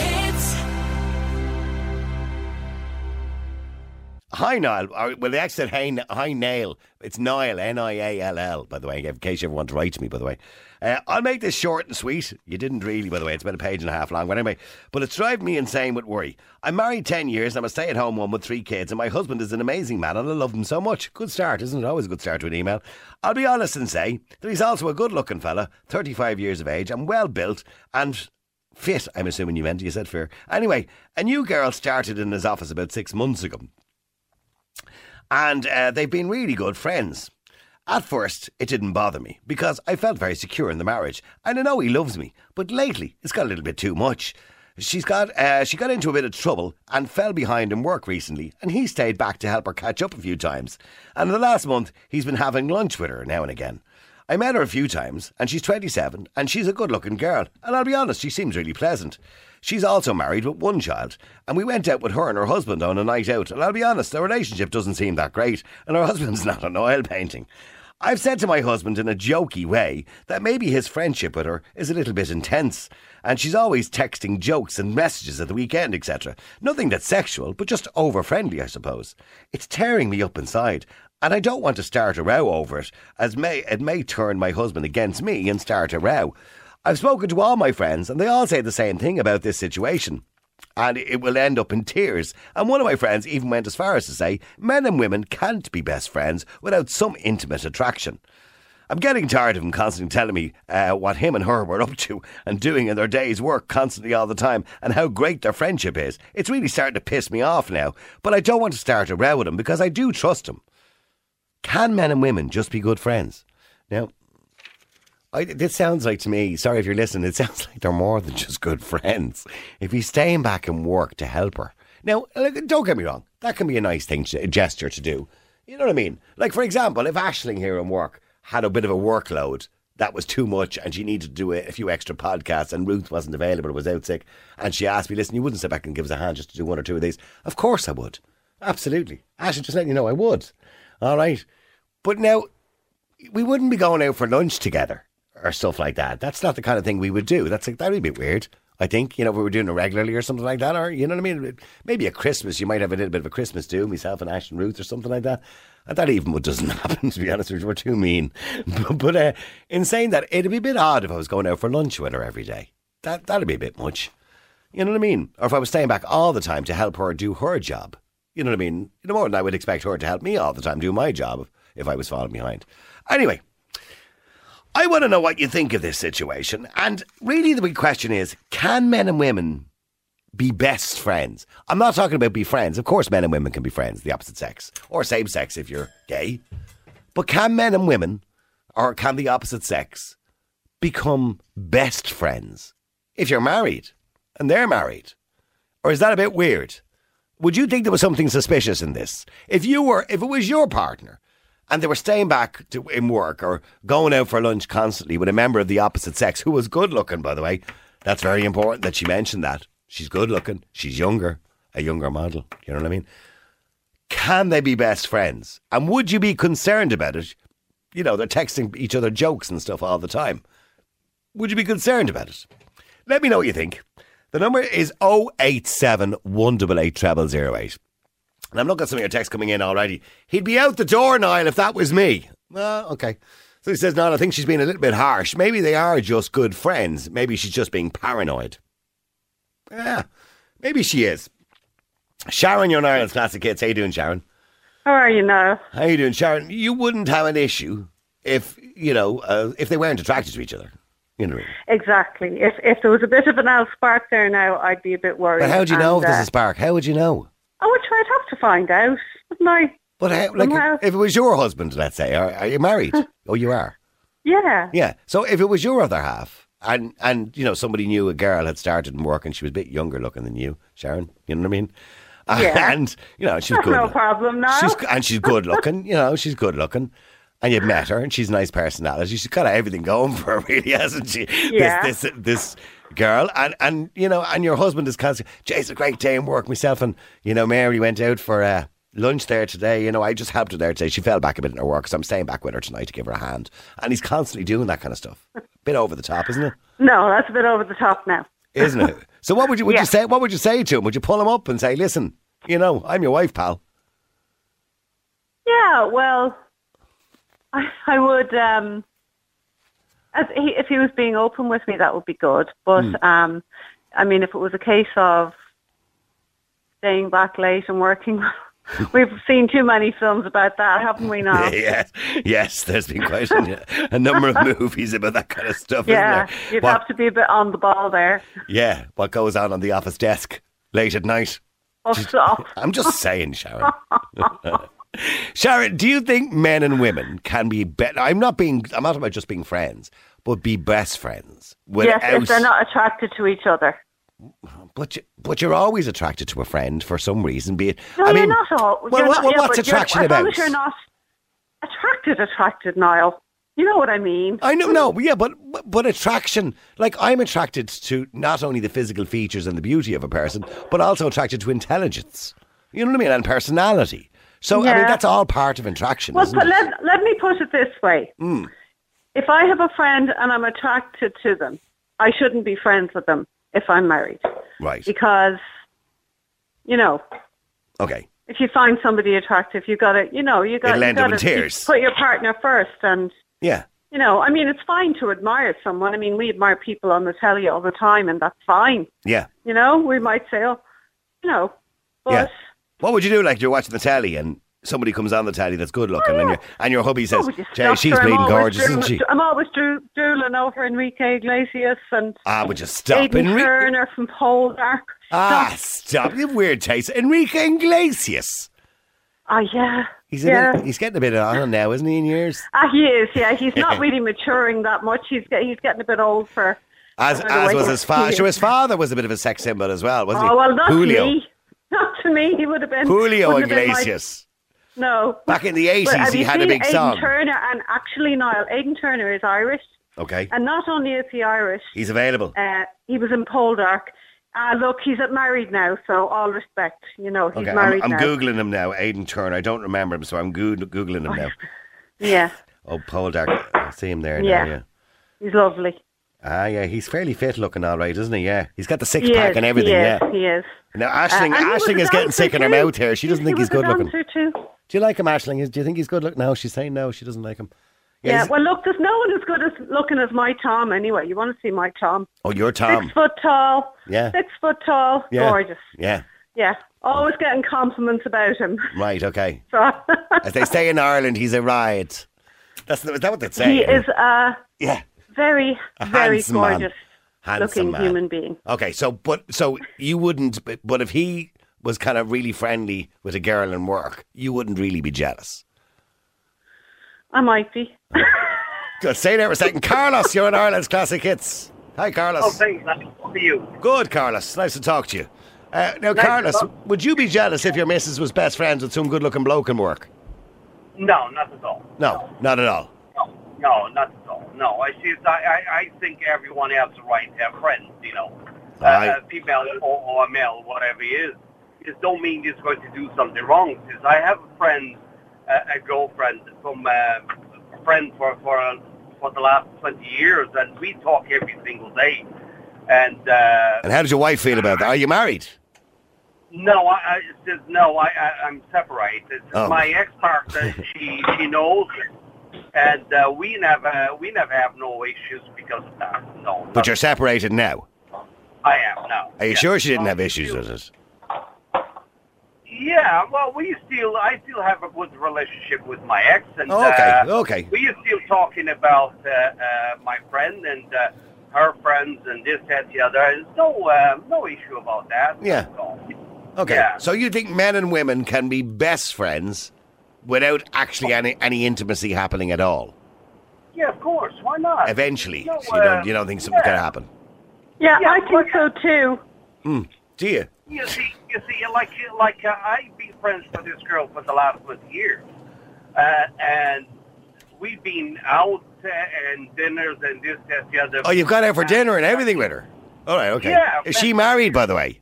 hits. Hi, Niall. Or- Well, they actually said, hey, N- hi, Nail. It's Niall, N I A L L, by the way, in case you ever want to write to me, by the way. Uh, I'll make this short and sweet. You didn't really, by the way. It's about a page and a half long. But anyway, but it's driving me insane with worry. I'm married 10 years and I'm a stay at home one with three kids, and my husband is an amazing man and I love him so much. Good start, isn't it? Always a good start to an email. I'll be honest and say that he's also a good looking fella, 35 years of age, and well built, and fit, I'm assuming you meant. You said fair. Anyway, a new girl started in his office about six months ago and uh, they've been really good friends. At first, it didn't bother me because I felt very secure in the marriage, and I know he loves me. But lately, it's got a little bit too much. She's got uh, she got into a bit of trouble and fell behind in work recently, and he stayed back to help her catch up a few times. And in the last month, he's been having lunch with her now and again. I met her a few times, and she's 27, and she's a good looking girl. And I'll be honest, she seems really pleasant. She's also married with one child, and we went out with her and her husband on a night out. And I'll be honest, their relationship doesn't seem that great, and her husband's not an oil painting. I've said to my husband in a jokey way that maybe his friendship with her is a little bit intense, and she's always texting jokes and messages at the weekend, etc. Nothing that's sexual, but just over friendly, I suppose. It's tearing me up inside, and I don't want to start a row over it, as may, it may turn my husband against me and start a row. I've spoken to all my friends, and they all say the same thing about this situation. And it will end up in tears. And one of my friends even went as far as to say men and women can't be best friends without some intimate attraction. I'm getting tired of him constantly telling me uh, what him and her were up to and doing in their day's work constantly all the time and how great their friendship is. It's really starting to piss me off now, but I don't want to start a row with him because I do trust him. Can men and women just be good friends? Now, I, this sounds like to me, sorry if you're listening, it sounds like they're more than just good friends. If he's staying back in work to help her. Now, like, don't get me wrong, that can be a nice thing, to, a gesture to do. You know what I mean? Like, for example, if Ashling here in work had a bit of a workload that was too much and she needed to do a, a few extra podcasts and Ruth wasn't available, was out sick, and she asked me, listen, you wouldn't sit back and give us a hand just to do one or two of these? Of course I would. Absolutely. Ashling, just letting you know I would. All right. But now, we wouldn't be going out for lunch together or stuff like that. That's not the kind of thing we would do. That's like that'd be a bit weird. I think you know if we were doing it regularly or something like that, or you know what I mean. Maybe a Christmas, you might have a little bit of a Christmas do myself and Ash and Ruth or something like that. And that even would- doesn't happen to be honest. with you. We're too mean. But, but uh, in saying that, it'd be a bit odd if I was going out for lunch with her every day. That that'd be a bit much. You know what I mean? Or if I was staying back all the time to help her do her job. You know what I mean? You know more than I would expect her to help me all the time do my job if I was falling behind. Anyway, I want to know what you think of this situation. And really, the big question is can men and women be best friends? I'm not talking about be friends. Of course, men and women can be friends, the opposite sex, or same sex if you're gay. But can men and women, or can the opposite sex, become best friends if you're married and they're married? Or is that a bit weird? Would you think there was something suspicious in this? If you were, if it was your partner and they were staying back to, in work or going out for lunch constantly with a member of the opposite sex who was good looking, by the way, that's very important that she mentioned that. She's good looking, she's younger, a younger model. You know what I mean? Can they be best friends? And would you be concerned about it? You know, they're texting each other jokes and stuff all the time. Would you be concerned about it? Let me know what you think. The number is 087 188 0008. And I'm looking at some of your texts coming in already. He'd be out the door, Niall, if that was me. Well, okay. So he says, Niall, I think she's been a little bit harsh. Maybe they are just good friends. Maybe she's just being paranoid. Yeah, maybe she is. Sharon, you're in Ireland's Classic Kids. How you doing, Sharon? How are Oh, you now? How you doing, Sharon? You wouldn't have an issue if, you know, uh, if they weren't attracted to each other. You know what I mean? Exactly. If if there was a bit of an L spark there now, I'd be a bit worried. But how do you know And, if there's uh, a spark? How would you know? Oh, which I'd have to find out, wouldn't I? But how, like, Well- if it was your husband, let's say, are, are you married? oh, you are. Yeah. Yeah. So if it was your other half, and and you know somebody knew a girl had started in work and she was a bit younger looking than you, Sharon. You know what I mean? Yeah. And you know she's That's good. no look- problem now. She's and she's good looking. You know she's good looking. And you've met her, and she's a nice personality. She's got everything going for her, really, hasn't she? Yeah. This, this this girl, and and you know, and your husband is constantly. Jay's a great day in work. Myself and you know Mary went out for uh, lunch there today. You know, I just helped her there today. She fell back a bit in her work, so I'm staying back with her tonight to give her a hand. And he's constantly doing that kind of stuff. Bit over the top, isn't it? No, that's a bit over the top now. Isn't it? So what would you would Yeah. you say? What would you say to him? Would you pull him up and say, "Listen, you know, I'm your wife, pal." Yeah, well, I, I would. Um, as he, if he was being open with me, that would be good. But Hmm. um, I mean, if it was a case of staying back late and working, we've seen too many films about that, haven't we? Now, yes, yes. There's been quite a, a number of movies about that kind of stuff. yeah, isn't there? you'd What- have to be a bit on the ball there. Yeah, what goes on on the office desk late at night? Oh, stop. I'm just uh, saying, Sharon. Sharon, do you think men and women can be better? I'm not being. I'm not about just being friends, but be best friends yes, without. if they're not attracted to each other. But you, but you're always attracted to a friend for some reason. Be it. No, I mean, you're not all. Well, you're what- not, well, yeah, what's but you're- attraction as about? long as you're not attracted, attracted, Niall. You know what I mean? I know, no, yeah, but but attraction. Like I'm attracted to not only the physical features and the beauty of a person, but also attracted to intelligence. You know what I mean, and personality. So I mean, Yeah. that's all part of attraction, Well, isn't but it? let, let me put it this way. Hmm. If I have a friend and I'm attracted to them, I shouldn't be friends with them if I'm married. right. Because, you know, Okay. if you find somebody attractive, you got to, you know, you got It'll you end up in got to tears. put your partner first. And, Yeah. you know, I mean, it's fine to admire someone. I mean, we admire people on the telly all the time, and that's fine. Yeah. You know, we might say, oh, you know, but Yeah. What would you do? Like you're watching the telly and somebody comes on the telly that's good looking, and, your and your hubby oh, says, we just "Jay, stuff she's her. I'm bleeding always gorgeous, drool- isn't she?" I'm always drool- drooling over Enrique Iglesias and Ah, would you stop, Aidan Enrique? Turner from Poldark. Ah, stop! You have weird taste, Enrique Iglesias. Oh, yeah. He's in yeah. it- he's getting a bit on it now, isn't he? In years, Ah, he is, yeah. He's not really maturing that much. He's get, he's getting a bit old for. as I don't know as why was he- his father. he- Sure, his father was a bit of a sex symbol as well, wasn't he? Oh, well, not Julio, me. Not to me. He would have been. Julio wouldn't have been my- Iglesias. no. Back in the But eighties, have he you had a seen big Aidan song. Turner, and actually, Niall, Aidan Turner is Irish. Okay, And not only is he Irish, he's available. uh, he was in Poldark. Uh, look, he's married now, so all respect. You know, he's Okay, I'm, married I'm now. googling him now. Aidan Turner. I don't remember him, so I'm goo- googling him now. Oh, Yeah, Oh, Paul Dark. I see him there Yeah. now. Yeah. he's lovely. Ah, yeah, he's fairly fit looking, all right, isn't he? Yeah, he's got the six He pack is, and everything. he is, yeah. he is. Now, Ashling, Uh, and he was Ashling a is getting sick in her dancer too. mouth here. She doesn't He think was he's good a looking. dancer Too. Do you like him, Ashling? Is- Do you think he's good looking? No, she's saying no. She doesn't like him. Yeah, he's- well, look, there's no one as good as looking as my Tom anyway. You want to see my Tom? oh, you're Six Tom. foot tall. Yeah. Six foot tall. Yeah. Gorgeous. Yeah. Yeah. Always getting compliments about him. Right. Okay. So As they say in Ireland, he's a riot. That's is that what they say? he is a Yeah. very, A very handsome man. gorgeous Handsome looking man. human being. Okay. So, but so you wouldn't. but- But if he was kind of really friendly with a girl in work, you wouldn't really be jealous. I might be. Good. Stay there for a second. Carlos, you're in Ireland's Classic Hits. Hi, Carlos. Oh, thanks. That's for you. Good, Carlos. Nice to talk to you. Uh, now, Nice to Carlos, talk. would you be jealous if your missus was best friends with some good-looking bloke in work? No, not at all. No, not at all. No, no, not at all. No, I see. I, I, I think everyone has the right to have friends. You know, uh, Aye. female or, or a male, whatever he is. This don't mean he's going to do something wrong. Because I have a friend, a, a girlfriend from uh, a friend for for uh, for the last twenty years, and we talk every single day. And uh, And how did your wife feel about that? Are you married? No, I, I it says no. I, I I'm separated. Oh. My ex partner, she she knows, it. and uh, we never we never have no issues because of that. No, But you're separated now. I am now. Are you Yeah. sure she didn't Uh, have issues still- with it? Yeah, well, we still I still have a good relationship with my ex, and Oh, okay, uh, okay. we are still talking about uh, uh, my friend and uh, her friends and this that the other. There's no uh, no issue about that. Yeah. No. Okay. Yeah. So you think men and women can be best friends without actually any, any intimacy happening at all? Yeah, of course. Why not? Eventually, No, so you don't uh, you don't think something's yeah. gonna happen? Yeah, Yeah, I think so too. Do you? You see, you see, like, like uh, I've been friends with this girl for the last 20 years, uh, and we've been out uh, and dinners and this, that, the other. Oh, you've gone out for dinner and everything with her. All right. Okay. Yeah, Is she married, by the way?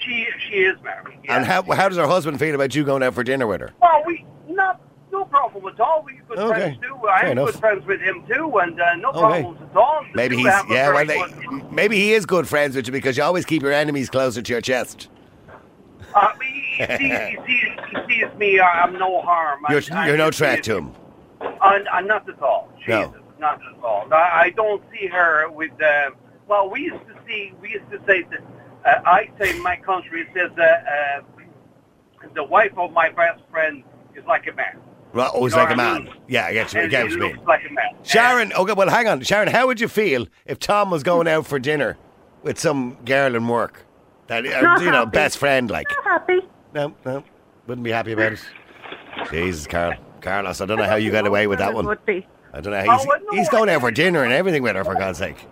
She, she is married. yeah. And how, how does her husband feel about you going out for dinner with her? Well, we not no problem at all. We good Okay. friends too. I Fair am enough. good friends with him too, and uh, no Okay. problems at all. The Maybe two he's have a yeah. very Well, good- they- maybe he is good friends with you because you always keep your enemies closer to your chest. Uh, he, he, sees, he, sees, he sees me. Uh, I'm no harm. You're, I, you're no threat to him. And, and uh, not at all. No. Jesus, not at all. I, I don't see her with. Uh, well, we used to see. We used to say that. Uh, I say in my country it says that uh, the wife of my best friend is like a man. Right, oh, he's You know like a what I man. mean? Yeah, I get you. I And get it what you looks mean. like a man. Sharon, okay, well, hang on. Sharon, how would you feel if Tom was going out for dinner with some girl in work? That, uh, Not you know, happy. best friend, like. I'm happy. No, no. Wouldn't be happy about it. Jesus, Carl. Carlos, I don't know how you got away with that Husband one. Would be. I don't know. He's, Oh, well, no, he's going I- out for dinner and everything with her, for God's sake.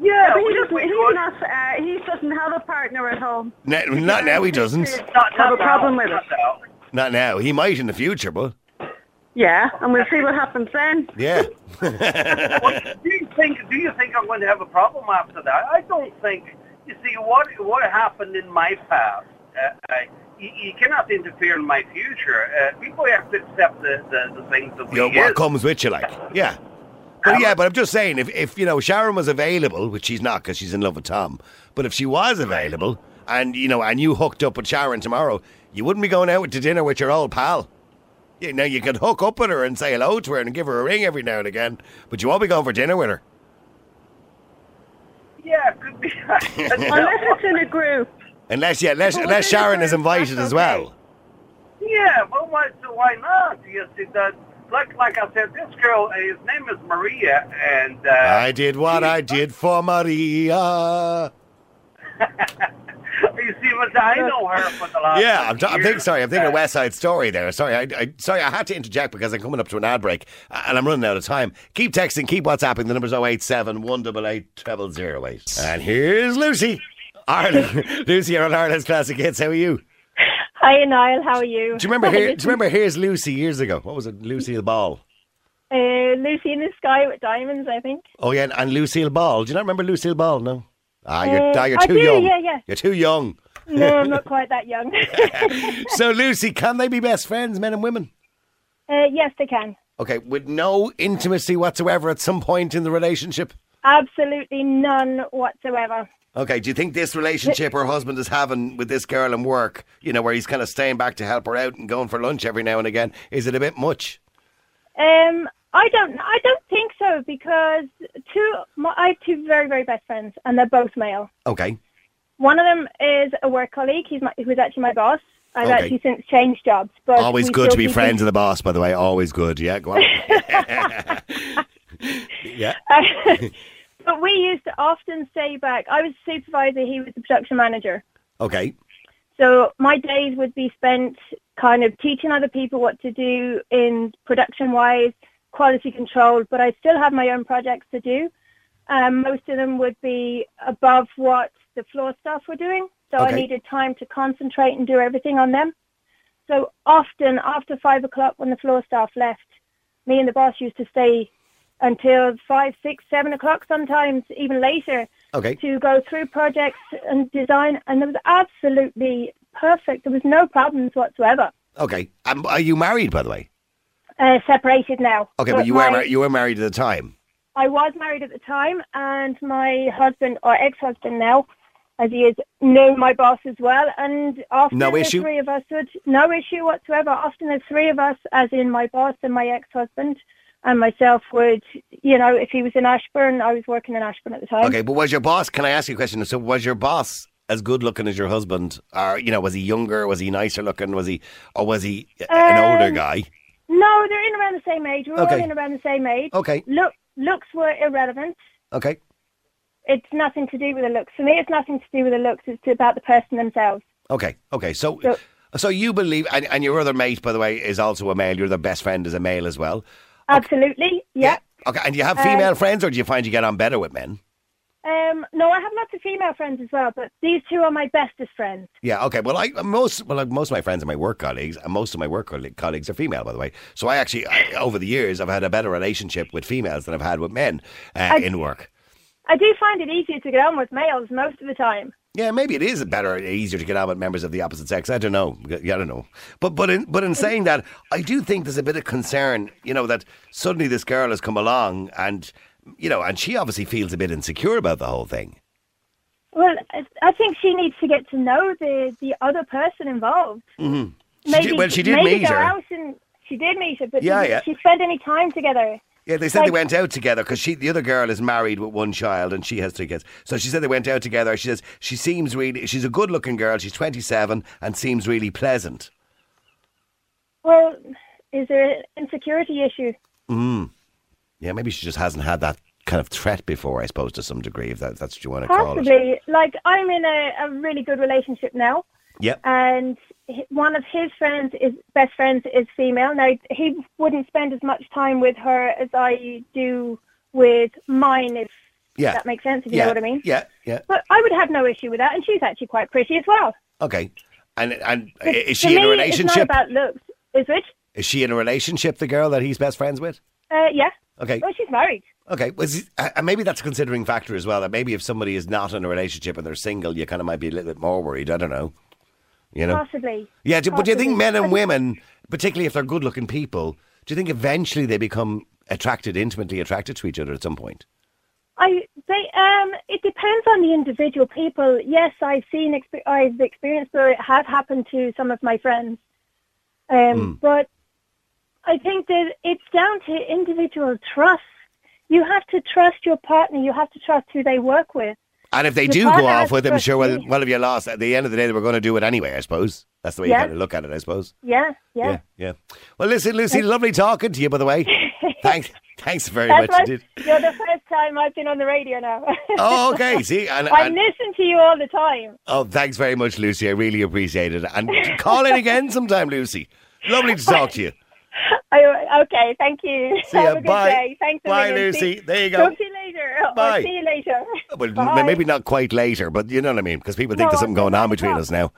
Yeah, But he we- doesn't. we He's would. not. Uh, he doesn't have a partner at home. No, not now, he doesn't. Not, Have a not now, problem with not it. now. Not now. He might in the future, but Yeah, and we'll see what happens then. yeah. do you think do you think I'm going to have a problem after that? I don't think. You see, what what happened in my past, uh, uh, you, you cannot interfere in my future. Uh, people have to accept the, the, the things that we You know, is. what comes with you, like. Yeah. But yeah, but I'm just saying, if, if you know, Sharon was available, which she's not because she's in love with Tom, but if she was available and, you know, and you hooked up with Sharon tomorrow, you wouldn't be going out to dinner with your old pal. You know, you could hook up with her and say hello to her and give her a ring every now and again, but you won't be going for dinner with her. Yeah, it could be. Unless it's in a group. Unless, yeah, unless, But unless within the Sharon is group, invited that's as well. okay. yeah, well, why, so why not? You see, that, like, like I said, this girl, uh, his name is Maria, and... Uh, I did what I did for Maria. You see, but I know her for the last... Yeah, I'm, t- I'm thinking. years. Sorry, I'm thinking of Uh, West Side Story there. Sorry, I, I sorry I had to interject because I'm coming up to an ad break uh, and I'm running out of time. Keep texting, keep WhatsApping. The number's 087 188 0008. And here's Lucy, Ireland. Lucy, you're on Ireland's Classic Hits. How are you? Hi, Niall. How are you? Do you remember? Here, do you remember? Here's Lucy years ago. What was it? Lucille Ball. Uh, Lucy in the Sky with Diamonds, I think. Oh yeah, and, and Lucille Ball. Do you not remember Lucille Ball? No. Ah, you're, Uh, ah, you're I too do, young. yeah, yeah. You're too young. No, Oh, I'm not quite that young. so Lucy, can they be best friends, men and women? uh, yes, they can. Okay, with no intimacy whatsoever at some point in the relationship. Absolutely none whatsoever. Okay, do you think this relationship her husband is having with this girl in work, you know, where he's kind of staying back to help her out and going for lunch every now and again, is it a bit much? Um, I don't. I don't think so because two. My, I have two very, very best friends, and they're both male. Okay. One of them is a work colleague. He's my, who's actually my boss. I've Okay. actually since changed jobs, but Always we good to still be keep friends with the boss, by the way. Always good. Yeah, go on. yeah. in- but we used to often stay back. I was the supervisor. He was the production manager. Okay. So my days would be spent kind of teaching other people what to do in production wise, quality control, but I still have my own projects to do. Um, most of them would be above what the floor staff were doing. So Okay. I needed time to concentrate and do everything on them. So often after five o'clock when the floor staff left, me and the boss used to stay until five, six, seven o'clock sometimes, even later Okay. to go through projects and design, and it was absolutely perfect. There was no problems whatsoever. Okay. Um, are you married, by the way? Uh, separated now. Okay, but you were my- mar- you were married at the time. I was married at the time, and my husband or ex-husband now, as he is, knew my boss as well. And often No the issue? three of us would no issue whatsoever. Often the three of us, as in my boss and my ex-husband and myself, would you know if he was in Ashburn, I was working in Ashburn at the time. Okay, but was your boss? Can I ask you a question? So, was your boss as good looking as your husband, or you know, was he younger? Was he nicer looking? Was he, or was he an older Um, guy? No, they're in around the same age. We're Okay. all in around the same age. Okay, Look, looks were irrelevant. okay, It's nothing to do with the looks. For me, it's nothing to do with the looks. It's about the person themselves. okay, okay. So, so, So- you believe, and, and your other mate, by the way, is also a male. Your other best friend is a male as well. Absolutely. Yeah. Okay, and do you have female friends, or do you find you get on better with men? Um, no, I have lots of female friends as well, but these two are my bestest friends. Yeah. Okay. Well, I most well like, most of my friends are my work colleagues, and most of my work colle- colleagues are female, by the way. So I actually, I, over the years, I've had a better relationship with females than I've had with men uh, in work. I do find it easier to get on with males most of the time. Yeah, maybe it is better, easier to get on with members of the opposite sex. I don't know. I don't know. But but in but in saying that, I do think there's a bit of concern. You know that suddenly this girl has come along, and you know, and she obviously feels a bit insecure about the whole thing. Well, I- I think she needs to get to know the the other person involved. Mm-hmm. She did- well, she did maybe meet go her. out and she did meet her, but Yeah, did yeah. she spend any time together? Yeah, they said they Like- went out together because she, the other girl, is married with one child and she has three kids. So she said they went out together. She says she seems really, she's a good-looking girl. She's twenty-seven and seems really pleasant. Well, is there an insecurity issue? Yeah, maybe she just hasn't had that kind of threat before, I suppose, to some degree, if that, that's what you want to call it. Possibly. Like I'm in a, a really good relationship now, Yep. and h- one of his friends is best friends is female. Now he wouldn't spend as much time with her as I do with mine. If yeah. that makes sense, if you yeah. know what I mean. Yeah, yeah. But I would have no issue with that, and she's actually quite pretty as well. Okay. And and But is for she in a me, It's not relationship? about looks, is it? Is she in a relationship? The girl that he's best friends with. Uh, yeah. Okay. Well, she's married. Okay, was uh, and maybe that's a considering factor as well. That maybe if somebody is not in a relationship and they're single, you kind of might be a little bit more worried. I don't know. You know. Possibly. Yeah, do, but do you think Possibly. men and But- women, particularly if they're good looking people, do you think eventually they become attracted, intimately attracted to each other at some point? I they um it depends on the individual people. Yes, I've seen exp- I've experienced where it has happened to some of my friends. Um, Hmm. but I think that it's down to individual trust. You have to trust your partner. You have to trust who they work with. And if they The do go partner off has with them, trust sure, well, me. well, if you lost, at the end of the day, they were going to do it anyway, I suppose. That's the way Yeah. you kind of look at it, I suppose. Yeah, yeah. Yeah, yeah. Well, listen, Lucy, lovely talking to you, by the way. Thanks, thanks very That's much why indeed. you're the first time I've been on the radio now. Oh, okay. See, and, I and listen to you all the time. oh, thanks very much, Lucy. I really appreciate it. And call in again sometime, Lucy. Lovely to talk to you. I, okay, thank you. See Have ya. a good Bye. day. Thanks a Bye, million. Lucy. See- There you go. Talk to you later. or Bye. see you later. Well, m- Bye. maybe not quite later, but you know what I mean, because people think No, there's something I'm- going on I'm between not. us now.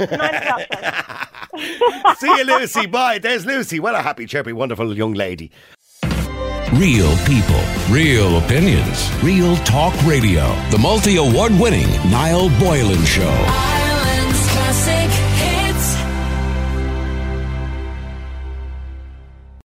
Nine o'clock then. See you, Lucy. Bye. There's Lucy. What a happy, chirpy, wonderful young lady. Real people, real opinions, real talk radio. The multi award winning Niall Boylan Show. I